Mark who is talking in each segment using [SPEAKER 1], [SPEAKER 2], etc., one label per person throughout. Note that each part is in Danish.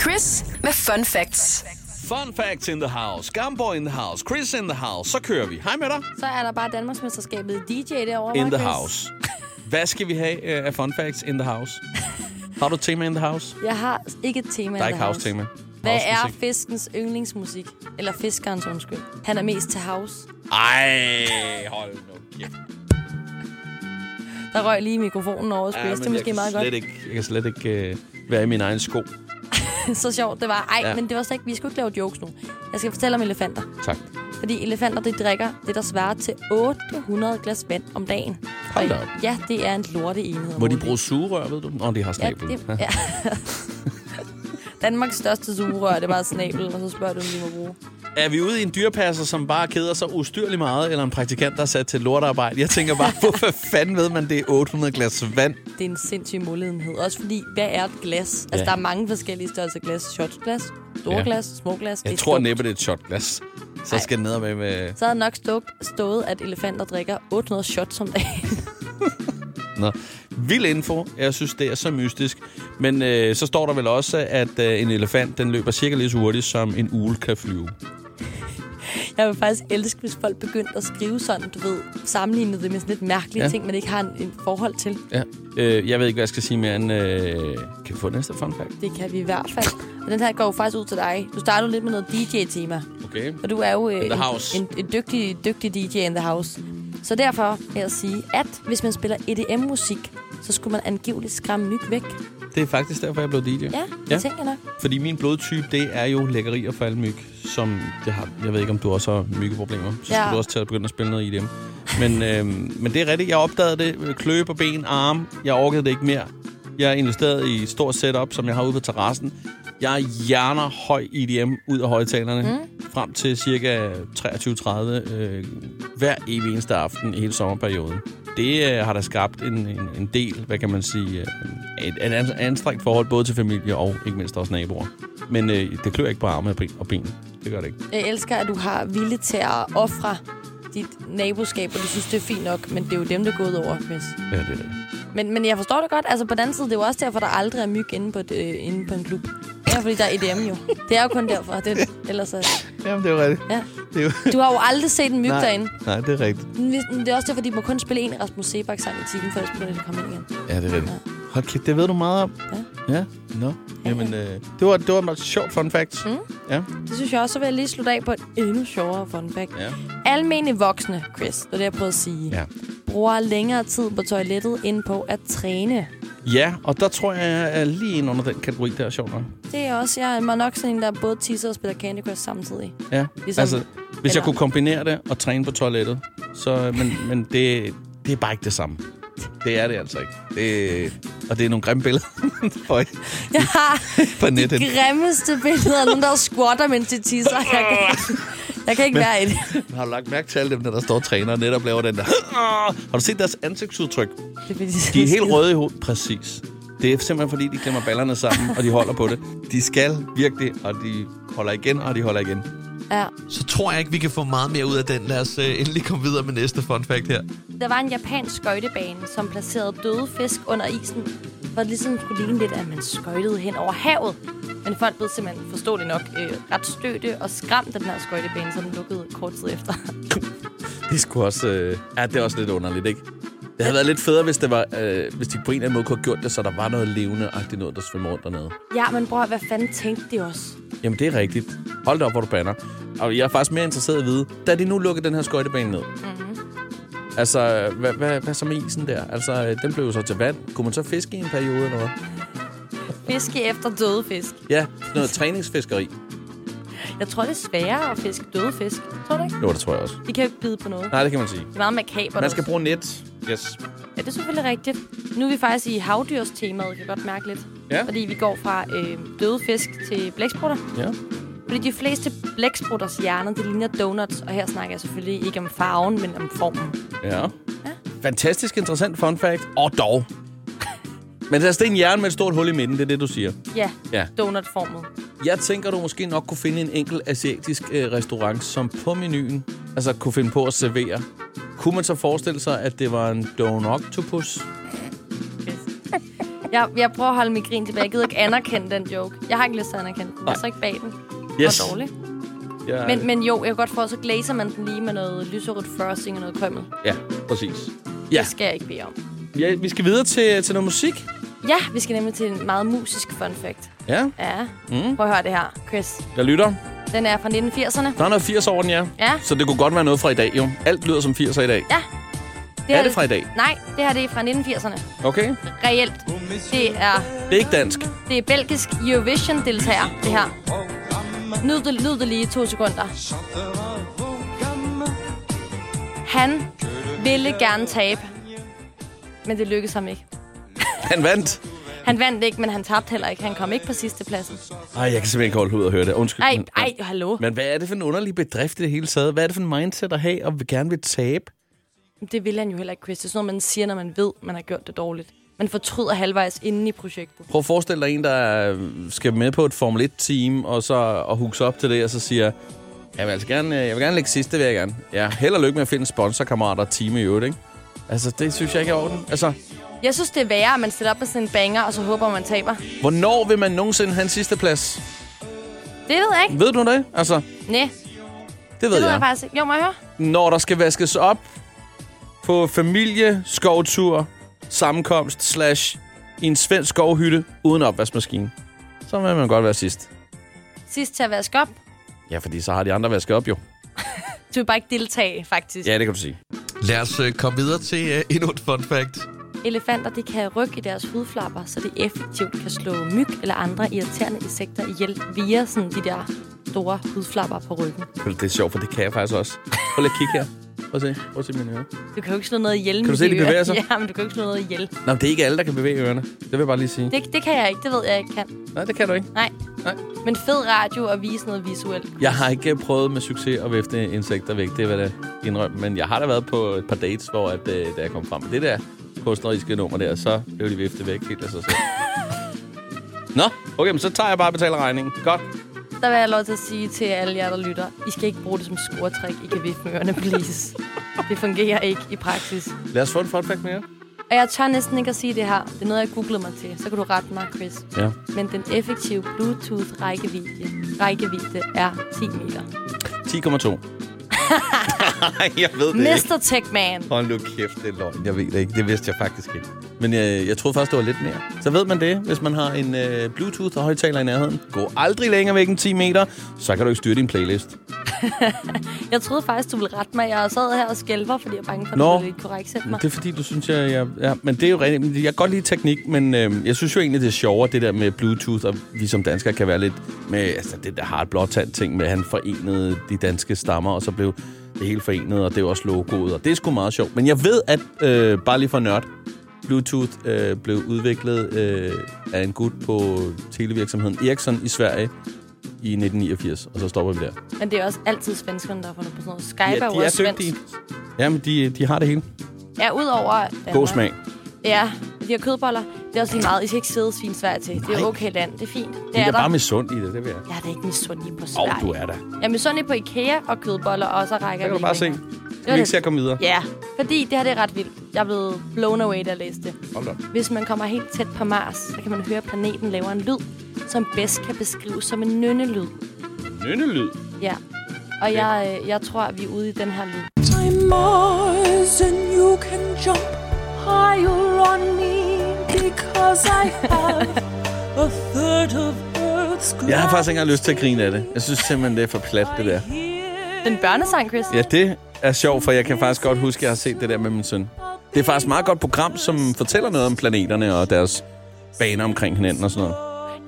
[SPEAKER 1] Chris med Fun Facts.
[SPEAKER 2] Fun facts in the house, Gamborg in the house, Chris in the house. Så kører vi. Hej med dig.
[SPEAKER 3] Så er der bare Danmarksmesterskabet i DJ derovre.
[SPEAKER 2] In
[SPEAKER 3] hva',
[SPEAKER 2] the
[SPEAKER 3] Chris?
[SPEAKER 2] house. Hvad skal vi have øh, af fun facts in the house? Har du et tema in the house?
[SPEAKER 3] Jeg har ikke et tema.
[SPEAKER 2] Der er
[SPEAKER 3] in
[SPEAKER 2] ikke
[SPEAKER 3] the
[SPEAKER 2] house-tema.
[SPEAKER 3] Hvad er
[SPEAKER 2] Housemusik.
[SPEAKER 3] fiskens yndlingsmusik? Eller fiskerens, undskyld. Han er mest til house.
[SPEAKER 2] Ej, hold nu kæft.
[SPEAKER 3] Der røg lige mikrofonen over
[SPEAKER 2] Ja,
[SPEAKER 3] ja, Det er
[SPEAKER 2] men jeg
[SPEAKER 3] måske
[SPEAKER 2] kan
[SPEAKER 3] meget
[SPEAKER 2] slet
[SPEAKER 3] godt.
[SPEAKER 2] Ikke, jeg kan slet ikke øh, være i min egen sko.
[SPEAKER 3] så sjovt det var. Ej,
[SPEAKER 2] Ja.
[SPEAKER 3] ja. men det var slet ikke... Vi skulle ikke lave jokes nu. Jeg skal fortælle om elefanter.
[SPEAKER 2] Tak.
[SPEAKER 3] Fordi elefanter, de drikker det, der svarer til 800 glas vand om dagen.
[SPEAKER 2] Hold da
[SPEAKER 3] Og
[SPEAKER 2] op.
[SPEAKER 3] Ja, det er en lorteenhed.
[SPEAKER 2] Må de
[SPEAKER 3] Ole.
[SPEAKER 2] bruge sugerør, ved du? Nå, de har
[SPEAKER 3] Ja,
[SPEAKER 2] snabel.
[SPEAKER 3] det, ja. Danmarks største sugerør, det er bare snabel, og så spørger du, om de må bruge.
[SPEAKER 2] Er vi ude i en dyrepasser, som bare keder sig ustyrligt meget, eller en praktikant, der er sat til lortarbejde? Jeg tænker bare, hvorfor fanden ved man, det er 800 glas vand?
[SPEAKER 3] Det er en sindssyg måledenhed. Også fordi, hvad er et glas? Altså,
[SPEAKER 2] Ja.
[SPEAKER 3] der er mange forskellige størrelser glas. Shotglas, store
[SPEAKER 2] Ja.
[SPEAKER 3] ja. glas, små glas.
[SPEAKER 2] Jeg
[SPEAKER 3] det er
[SPEAKER 2] tror
[SPEAKER 3] dumt.
[SPEAKER 2] næppe, det er et shotglas. Så skal det ned med, med...
[SPEAKER 3] Så havde nok stået, stået, at elefanter drikker 800 shots om dagen.
[SPEAKER 2] Nå. Vild info. Jeg synes, det er så mystisk. Men øh, så står der vel også, at øh, en elefant den løber cirka lige så hurtigt, som en ule kan flyve.
[SPEAKER 3] Jeg vil faktisk elske, hvis folk begyndte at skrive sådan, du ved, sammenlignede det med sådan lidt mærkelige
[SPEAKER 2] Ja.
[SPEAKER 3] ja. ting, man ikke har en, en forhold til.
[SPEAKER 2] Ja. Øh, jeg ved ikke, hvad jeg skal sige mere end... Øh, kan vi få næste fun fact?
[SPEAKER 3] Det kan vi i hvert fald. Og den her går jo faktisk ud til dig. Du startede lidt med noget DJ-tema,
[SPEAKER 2] Okay.
[SPEAKER 3] og du er jo øh,
[SPEAKER 2] the
[SPEAKER 3] en,
[SPEAKER 2] house.
[SPEAKER 3] en, en dygtig, dygtig DJ in the house. Så derfor vil jeg sige, at hvis man spiller EDM-musik, så skulle man angiveligt skræmme myg væk.
[SPEAKER 2] Det er faktisk derfor, jeg blev DJ.
[SPEAKER 3] Ja, det
[SPEAKER 2] Ja.
[SPEAKER 3] ja. tænker jeg nok.
[SPEAKER 2] Fordi min blodtype, det er jo lækkerier for alle myg, som det har. Jeg ved ikke, om du også har myggeproblemer. Så skal
[SPEAKER 3] Ja.
[SPEAKER 2] du også til at begynde at spille noget i dem. Men, øhm, men det er rigtigt. Jeg opdagede det. øh, Kløe på ben, arme. Jeg orkede det ikke mere. Jeg investerede i et stort setup, som jeg har ude på terrassen. Jeg hjerner høj IDM ud af højtalerne mm. frem til cirka 23.30 øh, hver evig eneste aften i hele sommerperioden. Det øh, har da skabt en, en, en del, hvad kan man sige, øh, et, et ans- anstrengt forhold både til familie og ikke mindst også naboer. Men øh, det klør ikke på arme og ben- og ben. Det gør det ikke.
[SPEAKER 3] Jeg elsker, at du har vilje til at ofre dit naboskab, og du synes, det er fint nok, men det er jo dem, der er gået over, Chris.
[SPEAKER 2] Ja, det er det.
[SPEAKER 3] Men, men jeg forstår det godt. Altså, på den anden side, det er jo også derfor, der aldrig er myg inde på, et, øh, inde på en klub. Det er fordi, der er EDM jo. Det er jo kun derfor. Det, er- ellers så,
[SPEAKER 2] Jamen, det er rigtigt.
[SPEAKER 3] ja.
[SPEAKER 2] Det er jo...
[SPEAKER 3] Du har jo aldrig set en myg derinde.
[SPEAKER 2] nej, det er rigtigt.
[SPEAKER 3] Men hvis- men Det er også derfor, de må kun spille en Rasmus Sebak-sang i timen, for ellers begynder de at komme ind igen.
[SPEAKER 2] Ja, det er rigtigt. Hold kæft, det ved du meget om. Ja. Ja, nå. Jamen, øh, det var, det var et sjovt fun fact. Mm. Ja.
[SPEAKER 3] Det synes jeg også. Så vil jeg lige slutte af på et endnu sjovere fun fact.
[SPEAKER 2] Ja.
[SPEAKER 3] Almene voksne, Chris, det er det, jeg prøvede at sige,
[SPEAKER 2] Ja.
[SPEAKER 3] bruger længere tid på toilettet, end på at træne.
[SPEAKER 2] ja, og der tror jeg, jeg er lige inde under den kategori der, sjovt nok.
[SPEAKER 3] Det er også, jeg er nok sådan en, der både tisser og spiller Candy Crush samtidig.
[SPEAKER 2] Ja,
[SPEAKER 3] Ligesom-
[SPEAKER 2] altså, hvis jeg
[SPEAKER 3] eller-
[SPEAKER 2] kunne kombinere det og træne på toilettet, så, men, men det, det er bare ikke det samme. Det er det altså ikke. Det, og det er nogle grimme billeder på,
[SPEAKER 3] Jeg har
[SPEAKER 2] på nettet.
[SPEAKER 3] grimmeste billeder. Nogen, der squatter, mens de tisser. Jeg kan, jeg kan ikke være i det.
[SPEAKER 2] Har du lagt mærke til alle dem, der, der står og træner og netop laver den der... Har du set deres ansigtsudtryk?
[SPEAKER 3] Det er fordi, de
[SPEAKER 2] De
[SPEAKER 3] skal
[SPEAKER 2] er helt
[SPEAKER 3] skide.
[SPEAKER 2] røde i hovedet. Præcis. Det er simpelthen fordi, de klemmer ballerne sammen, og de holder på det. De skal virkelig, og de holder igen, og de holder igen.
[SPEAKER 3] Ja.
[SPEAKER 4] Så tror jeg ikke, vi kan få meget mere ud af den. Lad os øh, endelig komme videre med næste fun fact her.
[SPEAKER 3] Der var en japansk skøjtebane, som placerede døde fisk under isen, for det ligesom skulle ligne lidt, at man skøjtede hen over havet. Men folk blev simpelthen forståeligt nok øh, ret stødte og skræmt af den her skøjtebane, så den lukkede kort tid efter.
[SPEAKER 2] Det skulle også... Øh... Ja, det er også lidt underligt, ikke? Det havde været lidt federe, hvis, det var, øh, hvis de på en eller anden måde kunne have gjort det, så der var noget levende agtigt noget, der svømmer rundt dernede.
[SPEAKER 3] ja, men bror, hvad fanden tænkte de også?
[SPEAKER 2] Jamen, det er rigtigt. Hold da op, hvor du banner. Og jeg er faktisk mere interesseret i at vide, da de nu lukker den her skøjtebane ned. Mm-hmm. Altså, hvad, hvad, hvad så med isen der? Altså, øh, den blev jo så til vand. Kunne man så fiske i en periode eller hvad?
[SPEAKER 3] Fiske efter døde fisk.
[SPEAKER 2] Ja, noget træningsfiskeri.
[SPEAKER 3] Jeg tror, det er sværere at fiske døde fisk. Tror du ikke?
[SPEAKER 2] Jo, det tror jeg også.
[SPEAKER 3] De kan jo ikke bide på noget.
[SPEAKER 2] Nej, det kan man sige.
[SPEAKER 3] Det er meget makabert.
[SPEAKER 2] Man skal
[SPEAKER 3] også.
[SPEAKER 2] bruge net. Yes.
[SPEAKER 3] Ja, det er selvfølgelig rigtigt. Nu er vi faktisk i havdyrstemaet, kan jeg godt mærke lidt.
[SPEAKER 2] Ja.
[SPEAKER 3] Fordi vi går fra øh, døde fisk til blæksprutter.
[SPEAKER 2] Ja.
[SPEAKER 3] Fordi de fleste blæksprutters hjerner, det ligner donuts. Og her snakker jeg selvfølgelig ikke om farven, men om formen.
[SPEAKER 2] Ja. Fantastisk interessant fun fact. Og dog. Men altså, det er en hjerne med et stort hul i midten, det er det, du siger.
[SPEAKER 3] Ja,
[SPEAKER 2] Ja.
[SPEAKER 3] donutformet.
[SPEAKER 2] Jeg tænker, du måske nok kunne finde en enkelt asiatisk øh, restaurant, som på menuen altså, kunne finde på at servere. Kunne man så forestille sig, at det var en Don Octopus?
[SPEAKER 3] Yes. Jeg, jeg prøver at holde min grin tilbage. Jeg gider ikke anerkende den joke. Jeg har ikke lyst til at anerkende den. Jeg står ikke bag den.
[SPEAKER 2] Yes.
[SPEAKER 3] Hvor dårligt.
[SPEAKER 2] Ja,
[SPEAKER 3] Men, men jo, jeg kan godt få, så glaser man den lige med noget lyserødt frosting og noget krømmel. Ja.
[SPEAKER 2] ja præcis. Ja.
[SPEAKER 3] Det skal jeg ikke bede om.
[SPEAKER 2] ja, vi skal videre til, til noget musik.
[SPEAKER 3] Ja, vi skal nemlig til en meget musisk fun fact.
[SPEAKER 2] Ja,
[SPEAKER 3] Ja, mm. prøv at høre det her, Chris.
[SPEAKER 2] jeg lytter.
[SPEAKER 3] Den er fra 1980'erne.
[SPEAKER 2] Der er noget 80 over den, ja.
[SPEAKER 3] Ja.
[SPEAKER 2] Så det kunne godt være noget fra i dag, jo. Alt lyder som 80'er i dag.
[SPEAKER 3] Ja.
[SPEAKER 2] Er
[SPEAKER 3] her-
[SPEAKER 2] det fra i dag?
[SPEAKER 3] Nej, det her det er fra 1980'erne.
[SPEAKER 2] Okay?
[SPEAKER 3] Reelt. Det er,
[SPEAKER 2] Det er ikke dansk.
[SPEAKER 3] det er belgisk Eurovision-deltager, det her. Nyd det, nyd det lige i to sekunder. Han ville gerne tabe, men det lykkedes ham ikke.
[SPEAKER 2] Han vandt.
[SPEAKER 3] Han vandt ikke, men han tabte heller ikke. Han kom ikke på sidste pladsen.
[SPEAKER 2] Ej, jeg kan simpelthen ikke holde ud og høre det. Undskyld.
[SPEAKER 3] Ej,
[SPEAKER 2] Men-
[SPEAKER 3] ej, hallo.
[SPEAKER 2] Men hvad er det for en underlig bedrift i det hele taget? Hvad er det for en mindset at have, og vil gerne vil tabe?
[SPEAKER 3] Det vil han jo heller ikke, Chris. Det er sådan noget, man siger, når man ved, man har gjort det dårligt. Man fortryder halvvejs inden i projektet.
[SPEAKER 2] Prøv at forestille dig en, der øh, skal med på et Formel 1-team, og så og hooks op til det, og så siger, jeg vil, altså gerne, øh, jeg vil gerne lægge sidste, vil jeg gerne. Ja, held og lykke med at finde en sponsorkammerat og team i øvrigt, ikke? Altså, det synes jeg ikke er i orden. Altså,
[SPEAKER 3] Jeg synes, det er værre, at man stiller op med sådan en banger, og så håber, man taber.
[SPEAKER 2] hvornår vil man nogensinde have en sidste plads?
[SPEAKER 3] Det ved jeg ikke.
[SPEAKER 2] Ved du det? Altså, det
[SPEAKER 3] Næ,
[SPEAKER 2] ved,
[SPEAKER 3] det ved jeg
[SPEAKER 2] jeg.
[SPEAKER 3] faktisk ikke. Jo, må jeg høre?
[SPEAKER 2] Når der skal vaskes op på familieskovtur, sammenkomst, slash i en svensk skovhytte uden opvaskemaskine, så vil man godt være sidst.
[SPEAKER 3] Sidst til at vaske op.
[SPEAKER 2] Ja, fordi så har de andre vasket op jo.
[SPEAKER 3] Du vil bare ikke deltage, faktisk.
[SPEAKER 2] Ja, det kan du sige.
[SPEAKER 4] Lad os øh, komme videre til øh, endnu et fun fact.
[SPEAKER 3] Elefanter de kan rykke i deres hudflapper, så de effektivt kan slå myg eller andre irriterende insekter ihjel via sådan de der store hudflapper på ryggen.
[SPEAKER 2] Det er sjovt, for det kan jeg faktisk også. Prøv lige at kigge her. Prøv at se. Prøv at se mine ører.
[SPEAKER 3] Du kan jo ikke slå noget ihjel.
[SPEAKER 2] du
[SPEAKER 3] med
[SPEAKER 2] se, de
[SPEAKER 3] ører.
[SPEAKER 2] bevæger sig?
[SPEAKER 3] Ja, men du kan jo ikke slå noget ihjel.
[SPEAKER 2] Nå, men det er ikke alle, der kan bevæge ørerne. Det vil jeg bare lige sige.
[SPEAKER 3] Det, det kan jeg ikke. Det ved jeg ikke kan.
[SPEAKER 2] Nej, det kan du ikke.
[SPEAKER 3] Nej.
[SPEAKER 2] Nej.
[SPEAKER 3] Men fed radio at vise noget visuelt.
[SPEAKER 2] Jeg har ikke øh, prøvet med succes at væfte insekter væk, det vil jeg da indrømme. Men jeg har da været på et par dates, hvor at, øh, da jeg kom frem med det der kunstneriske nummer der, så blev de viftet væk helt af sig selv. Nå, okay, men så tager jeg bare og betaler regningen. Godt.
[SPEAKER 3] Der vil jeg have lov til at sige til alle jer, der lytter, I skal ikke bruge det som scoretræk. I kan vifte med ørerne, please. Det fungerer ikke i praksis.
[SPEAKER 2] Lad os få en fun fact mere.
[SPEAKER 3] Og jeg tør næsten ikke at sige det her. Det er noget, jeg googlede mig til. Så kan du rette mig, Chris.
[SPEAKER 2] Ja.
[SPEAKER 3] Men den effektive Bluetooth-rækkevidde rækkevidde er 10 meter.
[SPEAKER 2] 10,2. Nej, jeg ved det ikke.
[SPEAKER 3] Mr. Techman.
[SPEAKER 2] Hold nu kæft, det er løgn. Jeg ved det ikke. Det vidste jeg faktisk ikke. Men øh, jeg troede først, det var lidt mere. Så ved man det, hvis man har en øh, Bluetooth og højtaler i nærheden. Gå aldrig længere væk end 10 meter, så kan du ikke styre din playlist.
[SPEAKER 3] Jeg troede faktisk, du ville rette mig. Jeg sad her og skælver, fordi jeg er bange for, at
[SPEAKER 2] Nå.
[SPEAKER 3] du ville korrekt sætte mig.
[SPEAKER 2] Det er fordi, du synes, jeg... jeg ja, men det er jo rent... Jeg kan godt lide teknik, men øh, jeg synes jo egentlig, det er sjovere, det der med Bluetooth, og vi som danskere kan være lidt med... Altså, det der hard blåtand ting med, at han forenede de danske stammer, og så blev det hele forenet, og det er jo også logoet, og det er sgu meget sjovt. Men jeg ved, at øh, bare lige for nørd, Bluetooth øh, blev udviklet øh, af en gut på televirksomheden Ericsson i Sverige i 1989, og så stopper vi der.
[SPEAKER 3] Men det er også altid svenskerne, der har fundet på sådan noget. Skype
[SPEAKER 2] Ja,
[SPEAKER 3] er jo
[SPEAKER 2] de er
[SPEAKER 3] også
[SPEAKER 2] dygtige.
[SPEAKER 3] svensk.
[SPEAKER 2] Jamen, de, de har det hele.
[SPEAKER 3] Ja, udover... Danmark.
[SPEAKER 2] God smag.
[SPEAKER 3] Ja, de har kødboller. Det er også lige meget. I skal ikke sidde svin Sverige til. Det er okay land. Det er fint. Det
[SPEAKER 2] De
[SPEAKER 3] er
[SPEAKER 2] er bare
[SPEAKER 3] der.
[SPEAKER 2] misundt i det, det vil jeg.
[SPEAKER 3] Jeg er da ikke misundelig på
[SPEAKER 2] Og
[SPEAKER 3] Sverige.
[SPEAKER 2] du er der.
[SPEAKER 3] Jeg er misundelig på Ikea og kødboller, og så rækker
[SPEAKER 2] Der kan
[SPEAKER 3] vi
[SPEAKER 2] du bare se.
[SPEAKER 3] længere.
[SPEAKER 2] Skal vi ikke se at komme videre?
[SPEAKER 3] Ja, fordi det her det er ret vildt. Jeg er blevet blown away, da jeg læste det.
[SPEAKER 2] Hold op.
[SPEAKER 3] Hvis man kommer helt tæt på Mars, så kan man høre, at planeten laver en lyd, som bedst kan beskrives som en nynnelyd.
[SPEAKER 2] Nynnelyd.
[SPEAKER 3] Ja. Og jeg, øh, jeg tror, at vi er ude i den her lyd.
[SPEAKER 5] Time Mars and you can jump higher on me because I have a third of Earth's
[SPEAKER 2] Jeg har faktisk ikke engang lyst til at grine af det. Jeg synes simpelthen, det er for plat, det der.
[SPEAKER 3] Den børnesang, Chris.
[SPEAKER 2] Ja, det er sjovt, for jeg kan faktisk godt huske, at jeg har set det der med min søn. Det er faktisk et meget godt program, som fortæller noget om planeterne og deres baner omkring hinanden og sådan noget.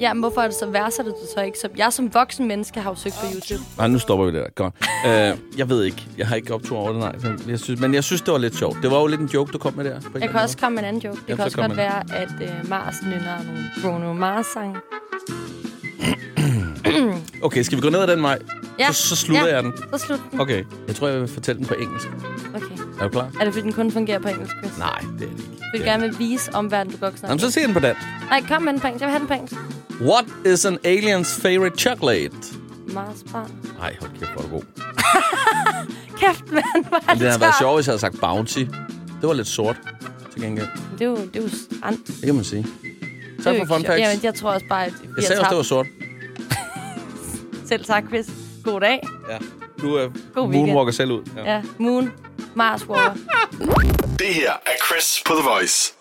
[SPEAKER 3] ja men hvorfor er det så værdsætter du så ikke? Som jeg som voksen menneske har jo søgt på YouTube.
[SPEAKER 2] Nej, nu stopper vi det der. Godt. Øh, jeg ved ikke. Jeg har ikke optur over det, nej. Men Jeg synes, men jeg synes, det var lidt sjovt. Det var jo lidt en joke, du kom med der. på en eller
[SPEAKER 3] Jeg
[SPEAKER 2] anden
[SPEAKER 3] kan også komme med en anden joke. Det
[SPEAKER 2] Jamen,
[SPEAKER 3] kan
[SPEAKER 2] så
[SPEAKER 3] også
[SPEAKER 2] kom
[SPEAKER 3] godt
[SPEAKER 2] med
[SPEAKER 3] være, at øh, Mars nynner nogle Bruno Mars-sang.
[SPEAKER 2] måde. Okay, skal vi gå ned ad den vej?
[SPEAKER 3] Ja.
[SPEAKER 2] Så, så slutter
[SPEAKER 3] ja.
[SPEAKER 2] jeg den.
[SPEAKER 3] Så slut den.
[SPEAKER 2] Okay. Jeg tror, jeg vil fortælle den på engelsk.
[SPEAKER 3] Okay.
[SPEAKER 2] Er du klar?
[SPEAKER 3] Er det fordi, den kun fungerer på engelsk, Chris?
[SPEAKER 2] Nej, det er det ikke.
[SPEAKER 3] Du vil gerne vil vise omverdenen, du godt kan snakke.
[SPEAKER 2] Jamen, så se den på dansk.
[SPEAKER 3] Nej, kom med en point. Jeg vil have en point.
[SPEAKER 2] What is an alien's favorite chocolate?
[SPEAKER 3] Mars barn.
[SPEAKER 2] Nej, hold kæft, hvor er du god.
[SPEAKER 3] Kæft, mand. Hvor
[SPEAKER 2] Men
[SPEAKER 3] er
[SPEAKER 2] det havde
[SPEAKER 3] det
[SPEAKER 2] været
[SPEAKER 3] tørt.
[SPEAKER 2] sjovt, hvis jeg havde sagt Bounty. Det var lidt sort, til gengæld.
[SPEAKER 3] Det er jo, det er jo strand.
[SPEAKER 2] Det kan man sige. tak
[SPEAKER 3] er
[SPEAKER 2] for
[SPEAKER 3] jo
[SPEAKER 2] fun
[SPEAKER 3] ikke-
[SPEAKER 2] facts.
[SPEAKER 3] Jamen, jeg tror også bare, at vi
[SPEAKER 2] Jeg
[SPEAKER 3] har
[SPEAKER 2] sagde også, det var
[SPEAKER 3] tabt.
[SPEAKER 2] sort.
[SPEAKER 3] Selv tak, Chris. God dag.
[SPEAKER 2] Ja. Du er
[SPEAKER 3] God
[SPEAKER 2] moonwalker selv ud.
[SPEAKER 3] Ja. Moon. Mars Walker.
[SPEAKER 6] Det her er Chris på The Voice.